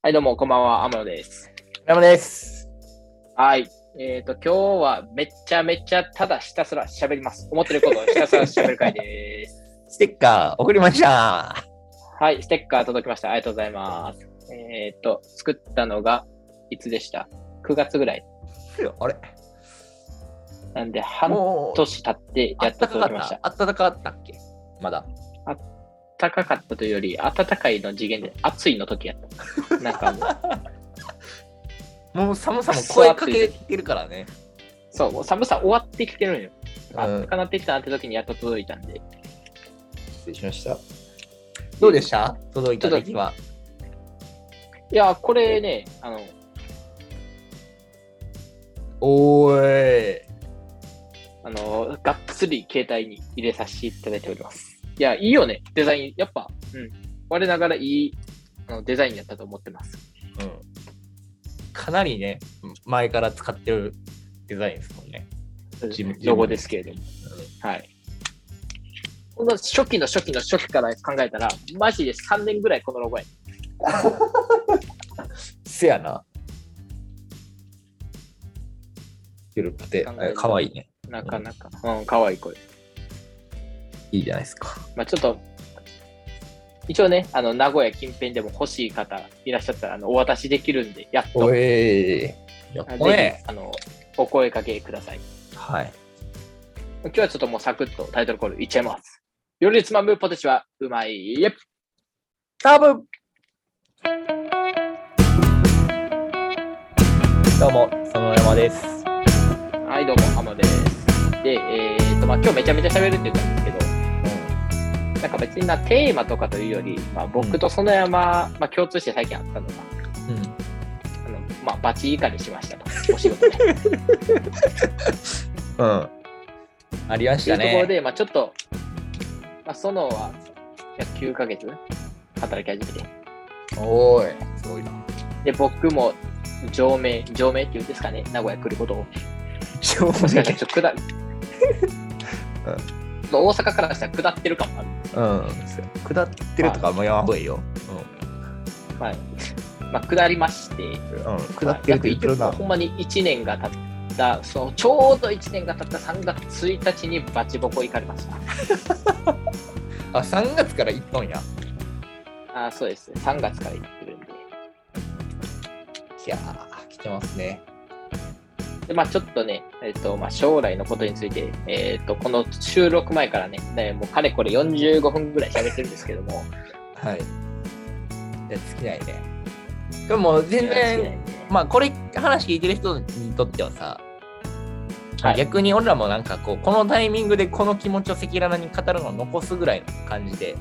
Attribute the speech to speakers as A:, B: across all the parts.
A: はい、どうも、こんばんは、天野です。
B: ラムです。
A: はい。えっ、と、今日はめちゃめちゃただひたすら喋ります。思ってることをひたすら喋る回です。
B: ステッカー送りました。
A: はい、ステッカー届きました。ありがとうございます。えっ、と、作ったのがいつでした ?9 月ぐらい。
B: あれ
A: なんで、半
B: もう、
A: 年経って
B: あ
A: や
B: っ
A: っと
B: たかか
A: 届
B: っ
A: きましたた。。
B: あったかかったっけまだ。
A: 高かったというより、暖かいの次元で暑いの時やった。 なんかもう、
B: もう寒さも
A: くそ暑い
B: 声かけてるからね。
A: そう、もう寒さ終わってきてるんよ。あ
B: う
A: っ
B: ん
A: たかなってきたなって時にやっと届いたんで。
B: 失礼しました。どうでした届いた時は。
A: いや、これね、あの、
B: おーい。
A: あの、がっつり携帯に入れさせていただいております。いや、いいよね、デザイン。やっぱ、うん。我ながらいいあのデザインやったと思ってます。
B: うん。かなりね、前から使ってるデザインですもんね。ジム
A: ロゴですけれども。はい。この初期の初期の初期から考えたら、マジで3年ぐらいこのロゴや。
B: せやな。ゆるくてえ可愛いね。
A: なかなか。うん、かわいい声。
B: いいじゃないですか。
A: まあちょっと、一応ね、あの、名古屋近辺でも欲しい方いらっしゃったら、あの、お渡しできるんで、やっと。
B: おえー。やっ
A: あ
B: ほ
A: ぜ
B: え
A: ひ、あの、お声かけください。
B: はい。
A: 今日はちょっともうサクッとタイトルコールいっちゃいます。よりつまむポテチはうまい。イェッ
B: 多分どうも、その山です。
A: はい、どうも、アマです。で、えーと、まあ今日めちゃめちゃ喋るって言ったんですけど、なんか別になテーマとかというより、まあ僕と園山、まあ共通して最近あったのが、
B: うん。
A: あの、まあバチ以下にしましたと、お仕 事で。っていう
B: うん。ありまし
A: と
B: た
A: ころ
B: ね。
A: で、まあちょっと、まあ園は、約9ヶ月働き始めて、
B: おーい、すごいな。
A: で、僕も、上名、上名っていうんですかね、名古屋来ることを。
B: 正
A: もしかしたら
B: 直。
A: ちょっと下る大阪からしたら下ってるかもあるんですよ
B: うん。下ってるとかもやまほうがいいよ。
A: はい。まあ、下りまして、
B: うん。うん。下ってるって言ってる
A: まあ
B: な。
A: ほんまに1年が経った、そのちょうど1年が経った3月1日にバチボコ行かれました。
B: あ、3月から行ったんや。
A: あーそうです。3月から行ってるんで。
B: いやー、来てますね。
A: で、まあ、ちょっとね、えっ、と、まあ、将来のことについて、えっ、と、この収録前からね、ねもうかれこれ45分ぐらい喋ってるんですけども、
B: はい。じゃあ尽きないね。でも全然、
A: ま
B: まあこれ話聞いてる人にとってはさ、
A: はい
B: 逆に俺らもなんかこうこのタイミングでこの気持ちを赤裸々に語るのを残すぐらいの感じで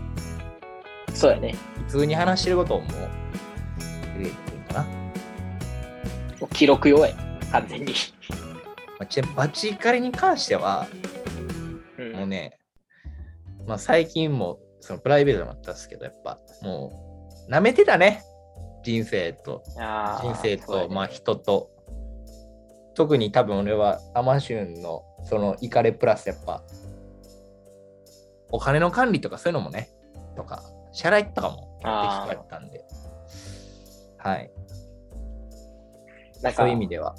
A: あ、そうやね。
B: 普通に話してることをもう言えてるかな、ま
A: もう記録用や、完全に。
B: あ、ちなみにバチ怒りに関しては
A: うん
B: もうね、まあ、最近もそのプライベートでもあったんですけどやっぱもう舐めてたね人生と
A: あー
B: 人生
A: そうや
B: と、
A: ね
B: まあ人と特に多分俺はアマシュンのそのイカレプラスやっぱお金の管理とかそういうのもねとか支払いとかも
A: あー
B: できたんではい
A: なんか
B: そういう意味では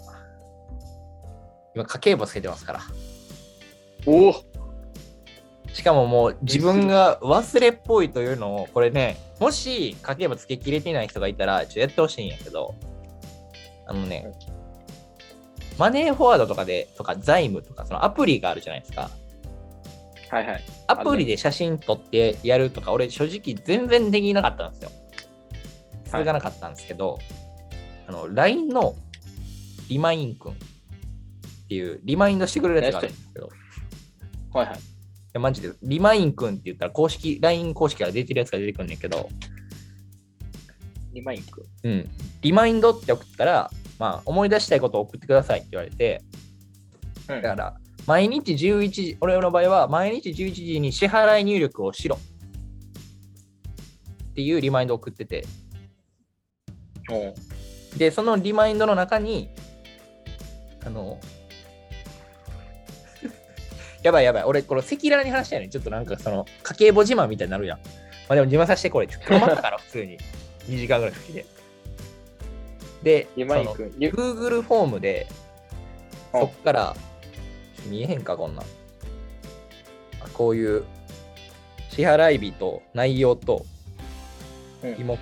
B: 今家計簿つけてますから
A: おお
B: しかももう自分が忘れっぽいというのをこれねもし家計簿つけきれてない人がいたらちょっとやってほしいんやけどあのねマネーフォワードとかでとか財務とかそのアプリがあるじゃないですか
A: はいはい。
B: アプリで写真撮ってやるとか俺正直全然できなかったんですよ続かなかったんですけど、あの LINE のリマインくんっていうリマインドしてくれるやつがあるんですけど
A: はいはい。
B: いやマジで、リマインくんって言ったら、公式、LINE 公式から出てるやつが出てくるんだけど、
A: リマインくん。
B: うん。リマインドって送ったら、まあ、思い出したいことを送ってくださいって言われて、
A: う
B: だ
A: ん
B: から、毎日11時、俺の場合は、毎日11時に支払い入力をしろ。っていうリマインドを送ってて、
A: お
B: で、そのリマインドの中に、あの、 やばいやばい、俺、この赤裸々に話したよね。ちょっとなんか、その、家計簿自慢みたいになるやん。まあでも自慢させてこれ。ちょっと困ったから、普通に。2時間ぐらい好きで。で、
A: 今井
B: その
A: くん、ゆ
B: Google フォームで、
A: うん
B: そっから、見えへんか、こんなん。あこういう、支払い日と内容と、
A: うん
B: 費目、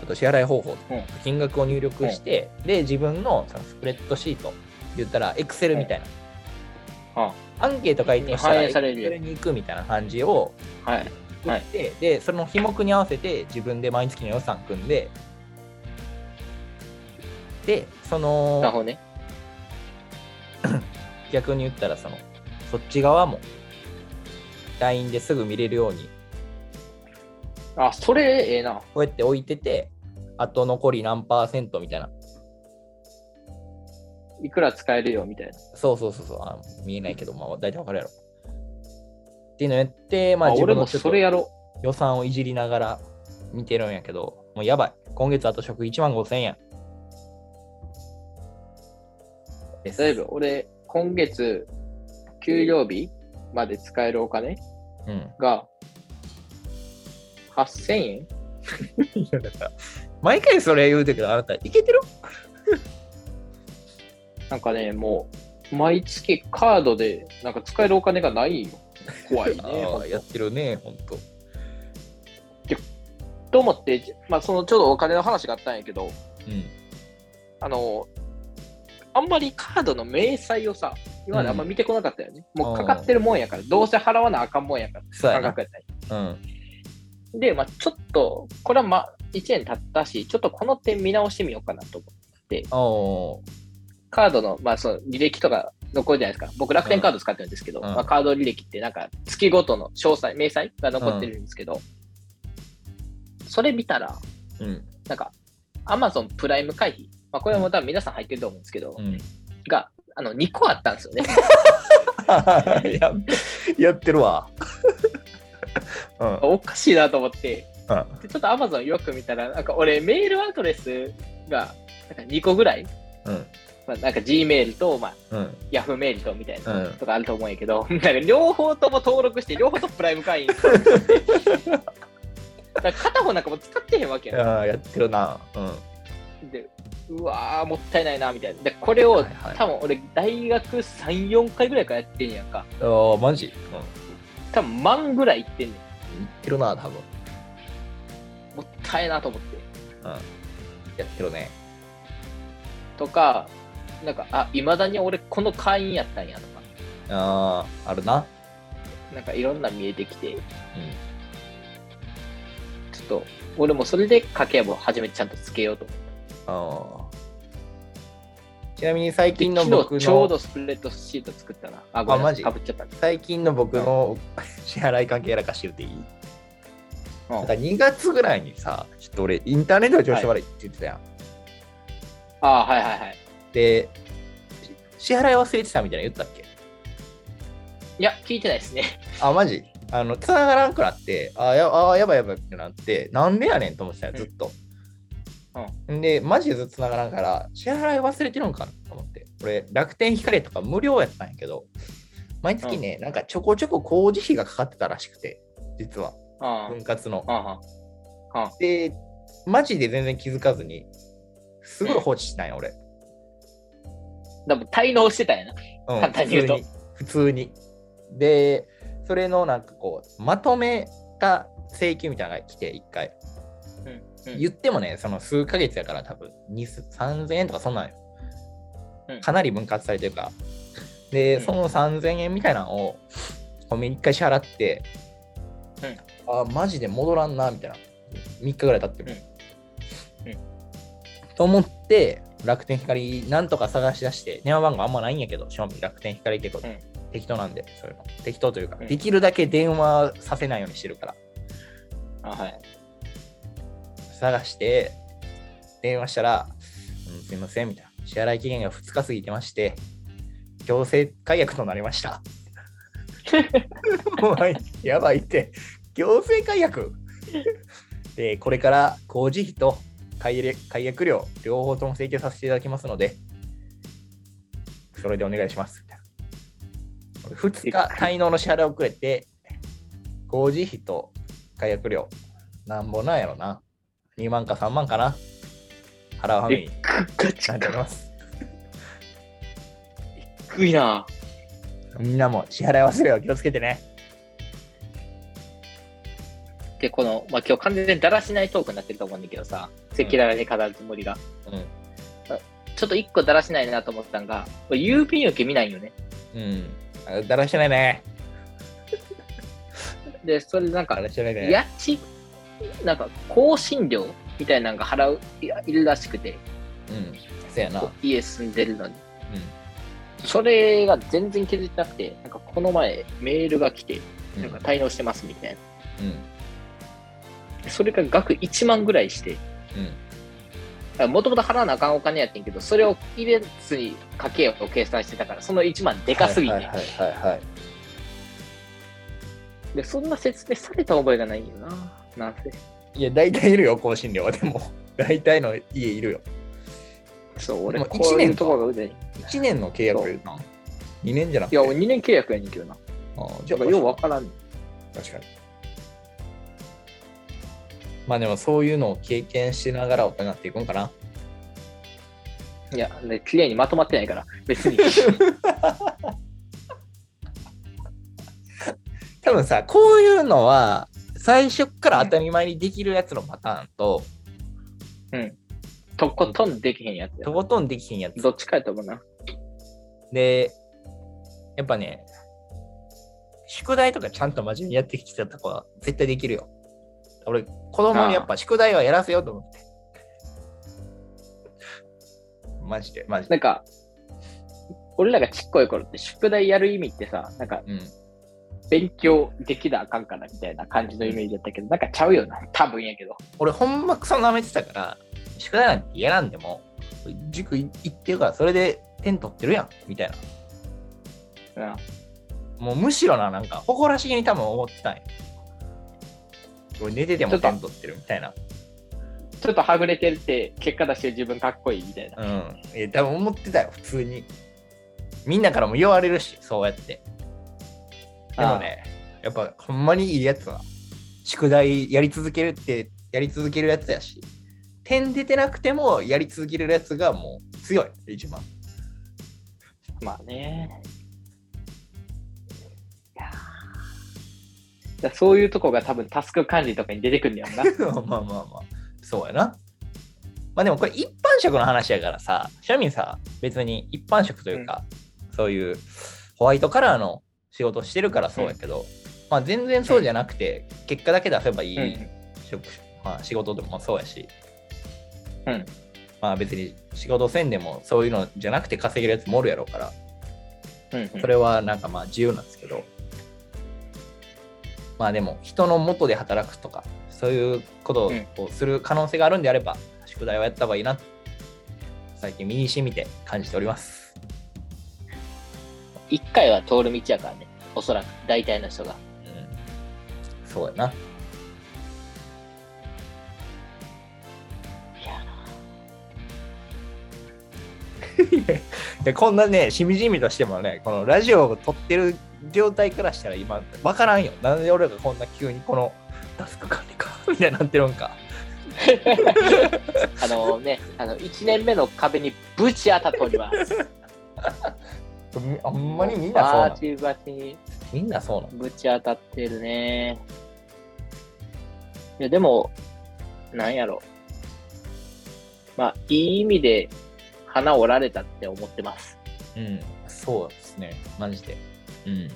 B: あと支払い方法と
A: うん
B: 金額を入力して、で、自分のそのスプレッドシート、言ったら、Excel みたいな。
A: あ
B: アンケート書いてました
A: 反
B: ら、
A: 映されるよ
B: Excel に行くみたいな感じを
A: はい。
B: 作って、で、その費目に合わせて自分で毎月の予算組んで、で、その、
A: なるほどね。
B: 逆に言ったらそのそっち側も LINE ですぐ見れるように
A: あ、それ、ええな。
B: こうやって置いててあと残り何パーセントみたいない
A: くら使えるよ、みたいな。
B: そうそうそうそうあ見えないけど、まあ、大体わかるやろっていうのやってまあ
A: あ、
B: 自
A: 俺
B: 分
A: も
B: のちょっ
A: そ
B: と
A: れやろ
B: 予算をいじりながら見てるんやけどもうやばい今月あと食1万5000円で
A: う。
B: す
A: だいぶ、俺、今月、給料日まで使えるお金
B: うん
A: が、8000円
B: いやだから毎回それ言うてるけどあなたいけてる。
A: なんかね、もう、毎月カードで、なんか使えるお金がないよ。怖いね
B: あーやってるねほんと
A: と思って、じまあ、そのちょうどお金の話があったんやけど、
B: うん
A: あの、あんまりカードの明細をさ、今まであんま見てこなかったよね。もうかかってるもんやから、どうせ払わなあかんもんやから、
B: そうや
A: 感
B: な
A: 覚やったんや
B: うん
A: で、まあ、ちょっと、これはまあ、1年経ったし、ちょっとこの点見直してみようかなと思う。
B: おー
A: カードの、まあ、その履歴とか残るじゃないですか。僕、楽天カード使ってるんですけど、
B: うん
A: まあ、カード履歴ってなんか、月ごとの詳細、明細が残ってるんですけど、それ見たら、
B: うん
A: なんか、アマゾンプライム会費、まあ、これも多分皆さん入ってると思うんですけど、
B: うん
A: が、あの、2個あったんですよね。
B: ややって るわ。うん
A: おかしいなと思って、
B: うん
A: でちょっとアマゾンよく見たら、なんか俺、メールアドレスが、なんか2個ぐらい、
B: うん
A: まあ、なんか Gmail と、まあ、
B: うん
A: ヤフーメールとみたいな。
B: うん
A: とかあると思うんやけど、なん か両方とも登録して、両方ともプライム会員登録 して。だから片方なんかもう使ってへんわけや
B: あーやってるな。うん
A: ん。で、うわー、もったいないな、みたいな。で、これを
B: はいはい
A: 多分俺、大学3、4回ぐらいからやってんやんか。
B: あーマジ。
A: 多分万ぐらいいってんねん。
B: うんいってるな多分。
A: もったいなと思って。
B: やってるね。
A: とか、なんか、あ、いまだに俺この会員やったんやとか、
B: あああるな。
A: なんかいろんな見えてきて、ちょっと、俺もそれで家計簿を初めてちゃんとつけようと思って。
B: あーちなみに最近の
A: 昨
B: 僕
A: 日ちょう
B: の
A: どスプレッドシート作ったな。あ、ごめんなさい。
B: あ
A: か
B: マ
A: ぶっちゃった。
B: 最近の僕の 支払い関係やらかしてるっていい？
A: うん
B: なんか2月ぐらいにさ、ちょっと俺インターネットで調子悪いって言ってたやん。
A: あはいはいはい。
B: でし支払い忘れてたみたいなの言ったっけ？
A: いや、聞いてないですね。
B: あ、マジあの、繋がらんくなって、あやあやばいやばいってなって、なんでやねんと思ってたよ、ずっと。んで、マジでずっと繋がらんから、支払い忘れてるんかなと思って。俺、楽天光とか無料やったんやけど、毎月ね、なんかちょこちょこ工事費がかかってたらしくて、実は、
A: あ
B: 分割の。
A: あ
B: で、マジで全然気づかずに、すごい放置したんや、俺。
A: でも、滞納してたんやな。
B: うん
A: 簡単に言うと
B: 普通に。普通にで、それのなんかこう、まとめた請求みたいなのが来て、一回。
A: うん。
B: 言ってもね、その数ヶ月やから多分2す3000円とかそんなんよ
A: うん。
B: かなり分割されてるから。で、
A: うん
B: その3000円みたいなのを、コンビニ一回支払って、あ、マジで戻らんな、みたいな。3日ぐらい経っても。
A: うんうん
B: と思って、楽天光なんとか探し出して、電話番号あんまないんやけど、正味楽天光結構
A: うん
B: 適当なんで、そういうの。適当というか、
A: うん
B: できるだけ電話させないようにしてるから。
A: あはい。
B: 探して、電話したら、うん、すいません、みたいな。支払い期限が2日過ぎてまして、強制解約となりました。お前、やばいって、強制解約で、これから工事費と解約解約料、両方とも請求させていただきますので、それでお願いします。みたいな2日、滞納の支払い遅れて、工事費と解約料、なんぼなんやろな。2万か3万かな。払うはめ
A: び
B: に
A: っ。くガチ
B: な
A: か
B: んております。
A: 低いな。
B: みんなも支払い忘れは気をつけてね。
A: で、この、まあ、今日完全にだらしないトークになってると思うんだけどさ、赤裸々に語るつもりが。
B: う
A: ちょっと一個だらしないなと思ったんが、これ郵便受け見ないよね。
B: ん。うんあ。だらしてないね。
A: で、それなん
B: だ
A: か、
B: らしてないね。
A: 家賃、なんか、更新料みたいなのが払う、いやいるらしくて、
B: うん。そうやな。う
A: こう家住んでるのに。
B: ん。
A: それが全然気づいてなくて、なんかこの前メールが来て、
B: うん。
A: なんか滞納してますみたい
B: うん。
A: な。それが額1万ぐらいして、
B: うん。
A: もともと払わなあかんお金やってんけど、それを入れずに家計を計算してたから、その1万でかすぎて、
B: はいはいはいはいはい。
A: で、そんな説明された覚えがないよな。なんせ。
B: いや、大体いるよ、更新料は。でも、大体の家いるよ。
A: そう、俺、
B: もう
A: こう
B: 一
A: い
B: 年
A: う
B: か
A: ところが腕に。
B: 1年の契約やな。2年じゃなく
A: い
B: て。
A: や、俺2年契約やねんけどな。
B: あーじ
A: だ
B: ゃ
A: か
B: あ、
A: らようわからん。
B: 確かに。まあでも、そういうのを経験しながら大人になっていくんかな。
A: いや、ね、綺麗にまとまってないから、別に。
B: 多分さ、こういうのは、最初から当たり前にできるやつのパターンと、
A: とことんできへんやつや
B: とことんできひんやつ
A: どっちかやと思うな。
B: で、やっぱね、宿題とかちゃんと真面目にやってきてた子は絶対できるよ。俺、子供にやっぱ宿題はやらせようと思って。マジで、マジ
A: な
B: で。
A: んか、俺らがちっこい頃って宿題やる意味ってさ、なんか
B: うん。
A: 勉強できなあかんからみたいな感じのイメージだったけど、なんかちゃうよな。多分やけど。
B: 俺、ほんまクソ舐めてたから、宿題なんて嫌なんでも、塾行ってるから、それで点取ってるやん、みたいな。
A: うん。
B: もうむしろな、なんか誇らしげに多分思ってたんよ。俺寝てても点取ってるみたいな。
A: ちょっとはぐれてるって、結果出して自分かっこいいみたいな。
B: うん。え、多分思ってたよ、普通に。みんなからも言われるし、そうやって。でもね、やっぱほんまにいいやつは、宿題やり続けるって、やり続けるやつやし、点出てなくてもやり続けるやつがもう強い、一番。
A: まあね。いやーだからそういうとこが多分タスク管理とかに出てくるんだよな。
B: まあまあまあ、そうやな。まあでもこれ一般職の話やからさ、庶民さ、別に一般職というか、そういうホワイトカラーの仕事してるからそうやけど、まあ全然そうじゃなくて、結果だけ出せばいい職、まあ仕事でもそうやし、
A: うん
B: まあ別に仕事せんでもそういうのじゃなくて稼げるやつもおるやろうから、
A: うん
B: それはなんかまあ自由なんですけど、まあでも人の元で働くとか、そういうことをする可能性があるんであれば、宿題はやった方がいいな、最近身にしみて感じております。
A: 一回は通る道やからね。おそらく、大体の人が。
B: うん、そうや な。でこんなね、しみじみとしてもね、このラジオを撮ってる状態からしたら今、わからんよ。なんで俺がこんな急にこのタスク管理かみたいになってるんか。
A: あの ね、あの、1年目の壁にぶち当たっております。
B: ほんまにみんなそうな
A: バ
B: の
A: ー。チバチに
B: みんなそうなの。
A: ぶち当たってるね。いや、でも、なんやろ。まあ、いい意味で、花折られたって思ってます。
B: うん、そうですね。マジで。うん。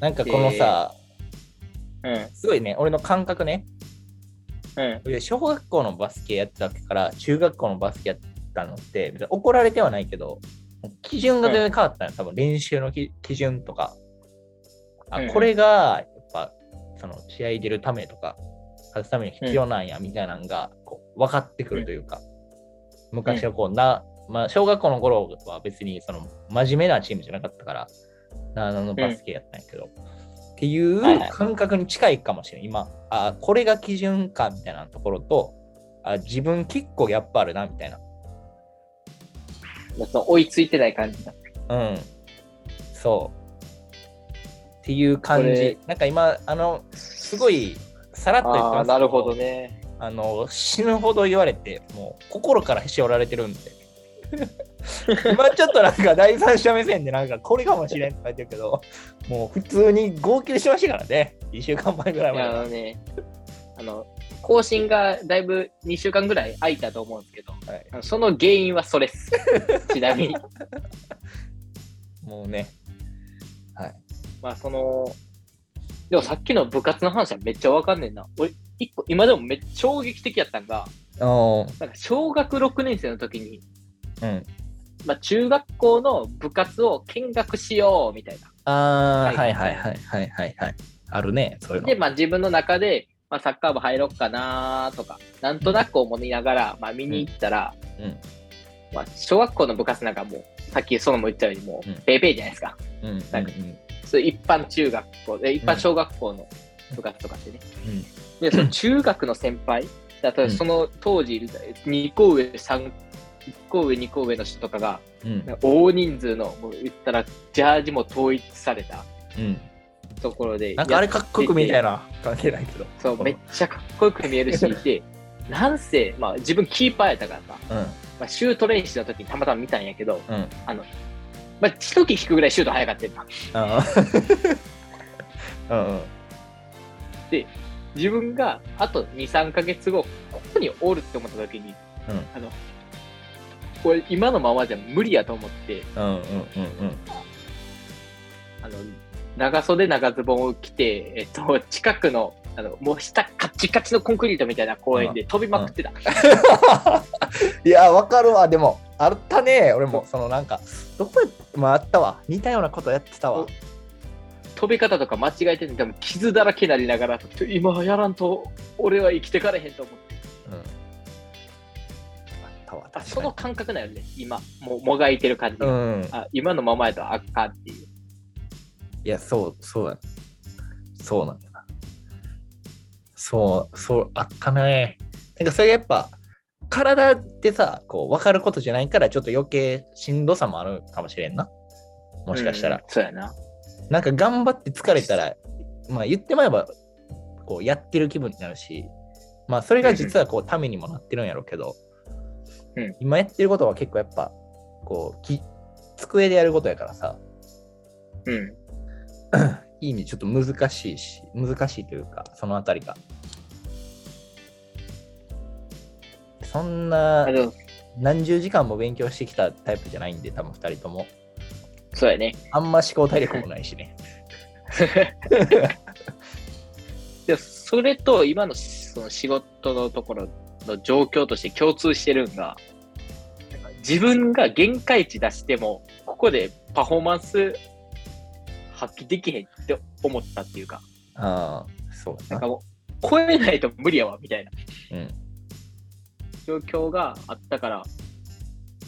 B: なんかこのさ、
A: うん、
B: すごいね、俺の感覚ね、
A: うん、
B: 俺小学校のバスケやってた時から中学校のバスケやったのって、別に怒られてはないけど、基準が全然変わったのよ、多分練習のき基準とか。あ
A: うん、
B: これが、やっぱ、その、試合出るためとか、勝つために必要なんや、みたいなのが、こう、分かってくるというか、昔はこう、な、まあ、小学校の頃は別に、その、真面目なチームじゃなかったから、なあのバスケやったんやけど、っていう
A: はいはい
B: 感覚に近いかもしれない。今、あ、これが基準か、みたいなところと、あ、自分結構ギャップあるな、みたいな。
A: その追いついてない感じだ。
B: うん。そう。っていう感
A: こ
B: じ
A: れ。
B: なんか今、あの、すごい、さらっと言って
A: あ
B: ま
A: あ、
B: すけど
A: なるほどね。
B: あの死ぬほど言われてもう心からしおられてるんで 今ちょっとなんか第三者目線でなんかこれかもしれんって書いてるけどもう普通に号泣しましたからね1週間前ぐらい
A: い
B: ま
A: や、あの
B: で
A: ね、あの、更新がだいぶ2週間ぐらい空いたと思うんですけど、
B: はい
A: あのその原因はそれっ す。ちなみに。
B: もうね
A: まあ、その、でもさっきの部活の話はめっちゃわかんねんな。俺、一個、今でもめっちゃ衝撃的やったんが、
B: お
A: なんか小学6年生の時に、
B: うん
A: まあ、中学校の部活を見学しようみたいな。
B: あーは
A: はいい
B: はいはいはいはいはいあるねそういうの
A: で、まあ、自分の中で、まあ、サッカー部入ろっかなーとか、なんとなく思いながら、まあ、見に行ったら、
B: うん
A: まあ、小学校の部活なんかもう、さっきそのも言ったように、も
B: うん
A: う、ペーペーじゃないですか。
B: うんうん
A: なんかそういう一般中学校で、一般小学校の部活とかってね。 で、その中学の先輩、だと
B: うん
A: その当時いる、2個上、3、1個上、2個上の人とかが、
B: うんうん
A: 大人数の、もう言ったら、ジャージも統一された
B: うん
A: ところで、
B: なんかあれ
A: や
B: かっこよく見たいな関係ないけど
A: そう、めっちゃかっこよく見えるし、 で、なんせ、まあ自分キーパーやったからさ、
B: う
A: まあ、シュート練習の時にたまたま見たんやけど、
B: んうん
A: まあ、一時引くぐらいシュート早かったよな
B: ああうんうん
A: 自分があと2、3ヶ月後、ここにおるって思った時に、
B: うん
A: あの、これ今のままじゃ無理やと思って、
B: うんうんうんうん
A: あの、長袖長ズボンを着て、えっと、近くの、あの、もう下カッチカチのコンクリートみたいな公園で飛びまくってた。
B: いやわかるわでもあったね俺もそのなんかどこでもあったわ似たようなことやってたわ
A: お飛び方とか間違えてて、多分傷だらけになりながら、ちょ今やらんと、俺は生きてかれへんと思って。
B: うんあったわ確か
A: あ
B: に
A: その感覚だよね、今。もうもがいてる感じが、
B: うん
A: あ今のままやとあかんっていう。
B: いやそうそうだそうなんだなそうそうあったねなんかそれがやっぱ体ってさこう分かることじゃないからちょっと余計しんどさもあるかもしれんなもしかしたら、
A: うんそうやな。
B: なんか頑張って疲れたら、まあ言ってまえば、こうやってる気分になるし、まあそれが実はこうためにもなってるんやろうけど、
A: うん
B: 今やってることは結構やっぱ、こうき、机でやることやからさ、
A: うん。
B: いい意味でちょっと難しいし、難しいというか、そのあたりが。そんな
A: あでも
B: 何十時間も勉強してきたタイプじゃないんで、多分2人とも。
A: そうや ね。
B: あんま思考体力もないしね。
A: でそれと今のその仕事のところの状況として共通してるんが、自分が限界値出しても、ここでパフォーマンス発揮できへんって思ったっていうか、
B: ああ、そうだ
A: なん
B: な。
A: かもう、超えないと無理やわ、みたいな
B: うん
A: 状況があったから、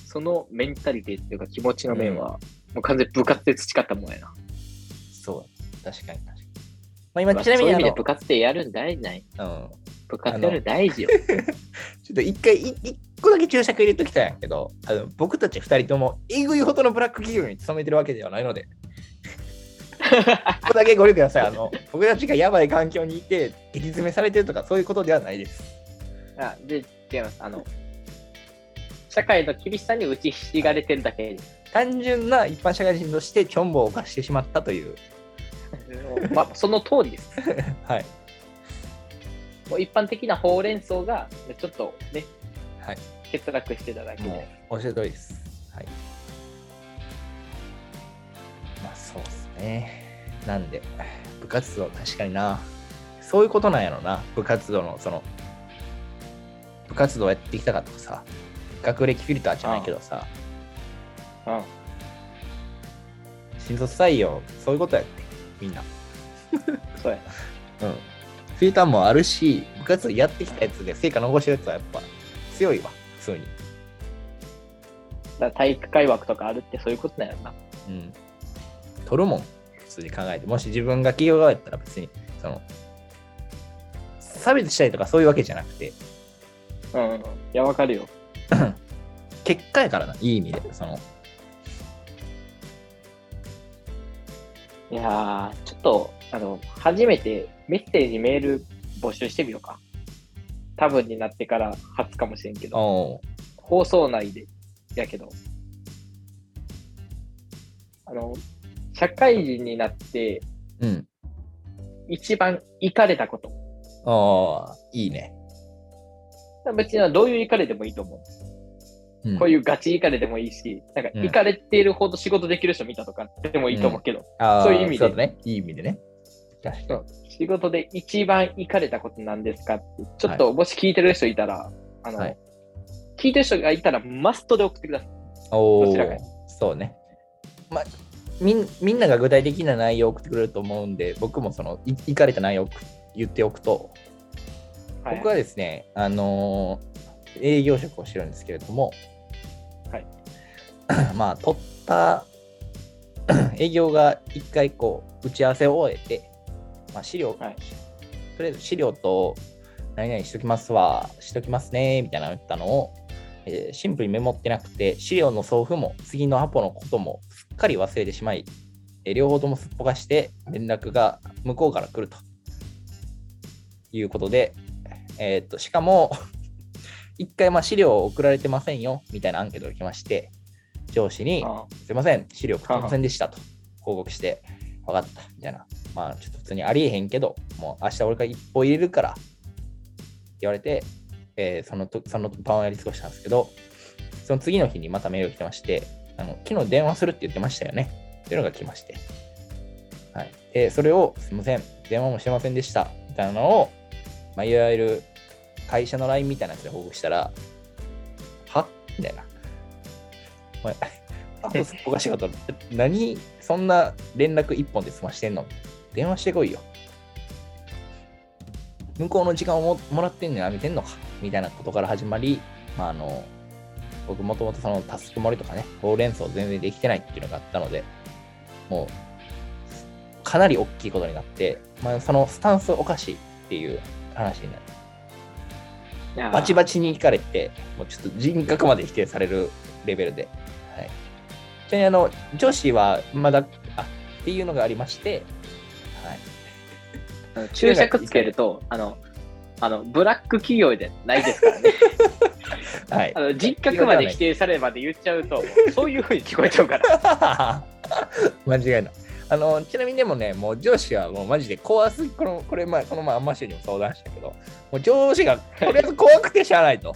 A: そのメンタリティっていうか気持ちの面は、もう完全に部活で培ったもんやな。
B: そう、確かに確かに。まあ、今、ちなみ
A: そういう意味
B: にあの、
A: で部活でやるん大事ない
B: うん、
A: 部活やるん大事よ。
B: ちょっと一回、い一個だけ注釈入れときたいんやけど、あの僕たち二人とも、えぐいほどのブラック企業に勤めてるわけではないので、ここだけご留意ください。あの、僕たちがやばい環境にいて、激詰めされてるとか、そういうことではないです。
A: あで、違います。あの、社会の厳しさに打ちひしがれてるだけ で
B: 単純な一般社会人として、チョンボを犯してしまったという。
A: す。まあ、その通りです。
B: はい。
A: もう一般的なほうれん草が、ちょっとね、
B: はい。
A: 欠落してただけ
B: も
A: で。
B: う、おっしゃる通りです。はい。まあ、そうですね。なんで、部活動、確かにな。そういうことなんやろな。部活動の、その、部活動やってきたかとかさ、学歴フィルターじゃないけどさ、
A: うん。
B: 新卒採用、そういうことやって、みんな。
A: そうや
B: うん。フィルターもあるし、部活動やってきたやつで成果残してるやつはやっぱ強いわ、普通に。
A: な。だから体育会枠とかあるってそういうことだよな。
B: うん、取るもん普通に考えてもし自分が企業側やったら別にその差別したりとかそういうわけじゃなくて
A: うんうん。いや、わかるよ。
B: 結果やからないい意味でその
A: いやー、ちょっと、あの、初めてメッセージ、メール募集してみようか。多分になってから初かもしれんけど、
B: お
A: 放送内で、やけど、あの、社会人になって
B: ううん。
A: 一番イかれたこと。
B: ああ、いいね。
A: 別にどういうイかれでもいいと思う。
B: うん
A: こういうガチイカレでもいいし、なんか
B: うん
A: イカれているほど仕事できる人見たとかでもいいと思うけど、
B: あー
A: そういう意味で
B: そうだね。いい意味でね。確かに
A: そう仕事で一番イカれたことなんですかって、ちょっともし聞いてる人いたら、あの、
B: はい
A: 聞いてる人がいたらマストで送ってください。
B: おお
A: どちらかに、
B: そうね。まあ、みんみんなが具体的な内容を送ってくれると思うんで、僕もその、いいかれた内容を言っておくと、
A: はい、
B: 僕はですね、あのー営業職をしてるんですけれども、
A: はい、
B: まあ、取った 営業が1回こう打ち合わせを終えて、まあ、資料、
A: はい
B: とりあえず資料と何々しときますわ、しときますね、みたいなのを言ったのを、えーシンプルにメモってなくて、資料の送付も次のアポのこともすっかり忘れてしまい、えー両方ともすっぽかして連絡が向こうから来るということで、えーっと、しかも、 一回、まあ、資料を送られてませんよ、みたいなアンケートが来まして、上司に、
A: あ
B: すいません、資料送ってませんでしたと報告して、分かった、みたいな。まあ、ちょっと普通にありえへんけど、もう明日俺が一歩入れるから、って言われて、えーそのとその晩をやり過ごしたんですけど、その次の日にまたメールが来てまして、あの昨日電話するって言ってましたよね。っていうのが来まして。はい。で、それを、すいません、電話もしてませんでした。みたいなのを、まあ、いわゆる会社の LINE みたいなやつで報告したら、はみたいな。お前アホすっぽかしかった。何そんな連絡一本で済ましてんの電話してこいよ。向こうの時間をももらってんのやめてんのかみたいなことから始まり、まあ、あの、僕もともとそのタスク盛りとかね、ほうれん草全然できてないっていうのがあったので、もう、かなり大きいことになって、まあ、そのスタンスおかしいっていう話になる。
A: いやー
B: バチバチに行かれて、もうちょっと人格まで否定されるレベルで。はい、ちなみにあの、女子はまだ、あっていうのがありまして、はい、
A: あの注釈つけると、あの、あのブラック企業じゃないですから ね。
B: はい
A: あ。の人格まで 否定されるまで言っちゃうと、そういうふうに聞こえちゃうから。
B: 間違いない。あのちなみにでもね、もう上司はもうマジで怖すぎ、このこれ前、この前、アンマシュにも相談したけど、もう上司がとりあえず怖くてしゃあない と。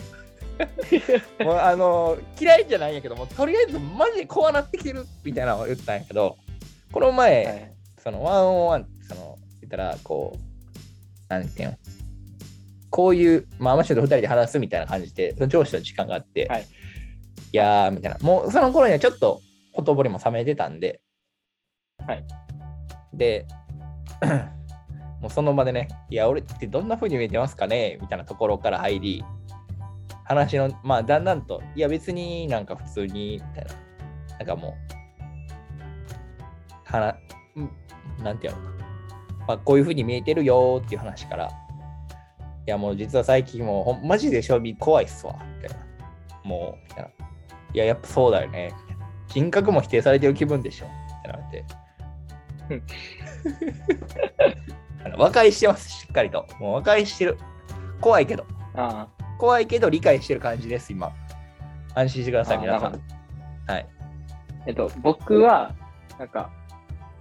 B: もうあの嫌いじゃないんやけど、もうとりあえずマジで怖なってきてるみたいなのを言ったんやけど、この前、
A: はい
B: そのワンオンワン、その、言ったら、こう、なんていうの、こういう、まあ、アマシュと二人で話すみたいな感じで、その上司の時間があって、
A: はい
B: い、やー、みたいな、もうその頃にはちょっと、ほとぼりも冷めてたんで、
A: はい。
B: で、もうその場でね、いや、俺ってどんな風に見えてますかねみたいなところから入り、話の、まあ、だんだんと、いや、別になんか普通に、みたいな、なんかもう、はな、んなんていうのかな、まあ、こういう風に見えてるよーっていう話から、いや、もう実は最近もうほん、マジで賞味怖いっすわ、みたいな。もう、みたいな。いや、やっぱそうだよね、みたいな。人格も否定されてる気分でしょ、みたいなって。 あの和解してます、しっかりと。もう和解してる。怖いけど。
A: あ
B: 怖いけど理解してる感じです、今。安心してください、
A: あー
B: 皆さ
A: なる
B: ん。はい。
A: ーえっと、僕は、なんか、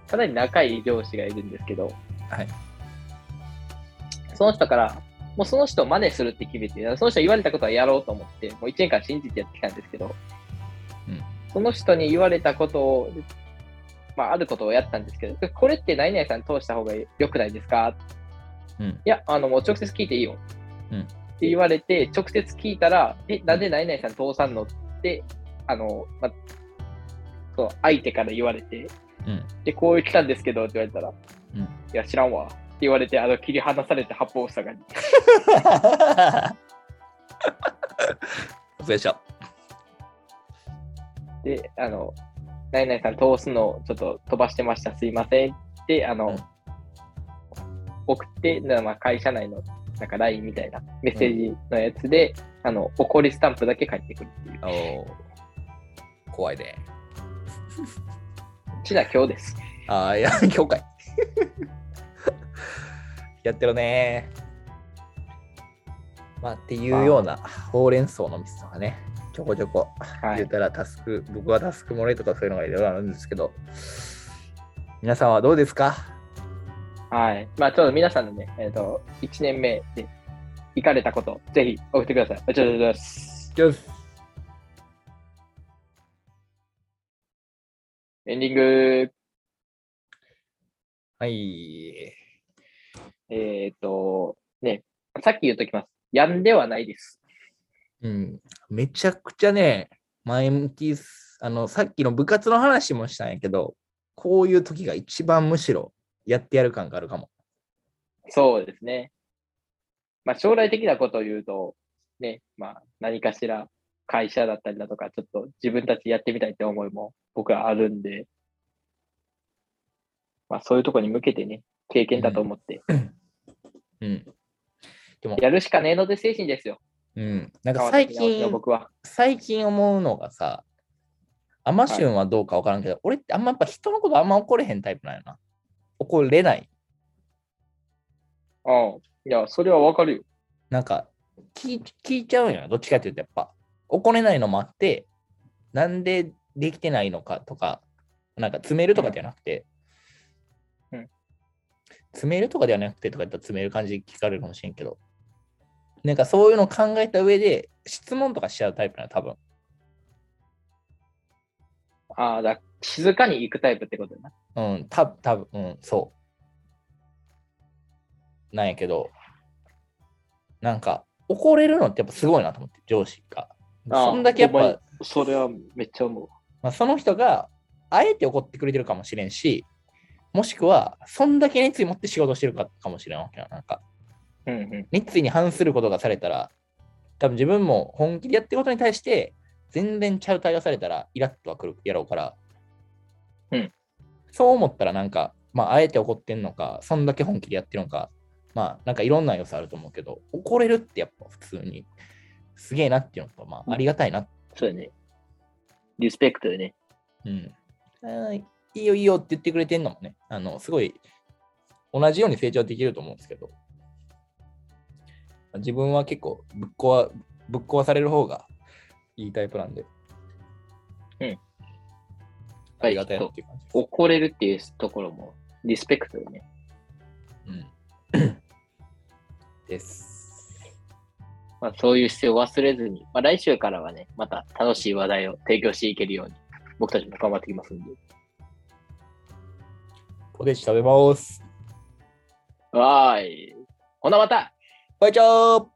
A: かなり仲いい上司がいるんですけど、
B: はい。
A: その人から、もうその人を真似するって決めて、その人に言われたことはやろうと思って、もう1年間信じてやってきたんですけど、
B: うん
A: その人に言われたことを、まあ、あることをやったんですけど、これって何々さん通した方が良くないですか
B: うん。
A: いや、あの、もう直接聞いていいよ。
B: うん
A: って言われて、直接聞いたら、え、なんで何々さん通さんのって、あの、まあ、そう、相手から言われて、
B: うん。
A: で、こう来たんですけどって言われたら、
B: うん
A: いや、知らんわ。って言われて、あの、切り離されて八方塞がり。
B: お疲れでした。
A: で、あの、ナイナイさん通すのをちょっと飛ばしてました、すいませんって、あの、
B: うん
A: 送って、なまあ、会社内の、なんか LINE みたいなメッセージのやつで、あの、怒りスタンプだけ返ってくるっていう。
B: おー怖いね。
A: ちな今日です。
B: ああ、いや、今日かい。やってるねまあ、っていうようなほうれん草の店とかね、ちょこちょこ
A: は
B: 言っ
A: い。
B: たらタスク、僕はタスク漏れとかそういうのがいろいろあるんですけど、皆さんはどうですか
A: はい。まあ、ちょっと皆さんのね、えっ、と、1年目で行かれたこと、ぜひ送ってください。ありがとうございます。
B: よし
A: エンディング、
B: はい。
A: えっ、と、ね、さっき言っときます。やんではないです。
B: うん。めちゃくちゃね、前向きっす、あの、さっきの部活の話もしたんやけど、こういう時が一番むしろやってやる感があるかも。
A: そうですね。まあ、将来的なことを言うと、ね、まあ、何かしら会社だったりだとか、ちょっと自分たちやってみたいって思いも僕はあるんで、まあ、そういうとこに向けてね、経験だと思って、
B: うん。
A: やるしかねえので精神ですよ。
B: うん。なんか
A: 川
B: 最
A: 崎直樹
B: 近
A: の、僕は。
B: 最近思うのがさ、アマシュンはどうかわからんけど、俺ってあんまやっぱ人のことあんま怒れへんタイプなんよな。怒れない。
A: うん。いや、それはわかるよ。
B: なんか聞い、聞いちゃうんよな。どっちかっていうとやっぱ、怒れないのもあって、なんでできてないのかとか、なんか詰めるとかじゃなくて、
A: うん
B: 詰めるとかではなくてとか言ったら詰める感じで聞かれるかもしれんけど、なんかそういうのを考えた上で、質問とかしちゃうタイプなの、多分。
A: ああ、だ静かに行くタイプってことだな。
B: うん、た多分うん、そう。なんやけど、なんか、怒れるのってやっぱすごいなと思って、上司が。
A: ああ
B: そんだけやっ
A: ほんまに
B: ぱ、
A: それはめっちゃ思う。
B: まあ、その人が、あえて怒ってくれてるかもしれんし、もしくは、そんだけ熱意持って仕事してるかかもしれんわけな。なんか、
A: うんう
B: 熱意に反することがされたら、多分自分も本気でやってることに対して、全然ちゃう対応されたら、イラッとはくるやろうから、
A: うん
B: そう思ったら、なんか、まあ、あえて怒ってんのか、そんだけ本気でやってるのか、まあ、なんかいろんな要素あると思うけど、怒れるってやっぱ普通に、すげえなっていうのと、ま
A: うん
B: あ、ありがたいな。
A: そうだね。リスペクトでね。
B: うん。あーいいよいいよって言ってくれてんのもね、あの、すごい、同じように成長できると思うんですけど、自分は結構ぶっ壊、ぶっ壊される方がいいタイプなんで、
A: うん。
B: ありがたいなっていう感じです。
A: 怒れるっていうところも、リスペクトでね。
B: うん、 です。
A: まあ、そういう姿勢を忘れずに、まあ、来週からはね、また楽しい話題を提供していけるように、僕たちも頑張っていきますんで。
B: ポテチ食べます。
A: わーい。ほなまた
B: バイチャー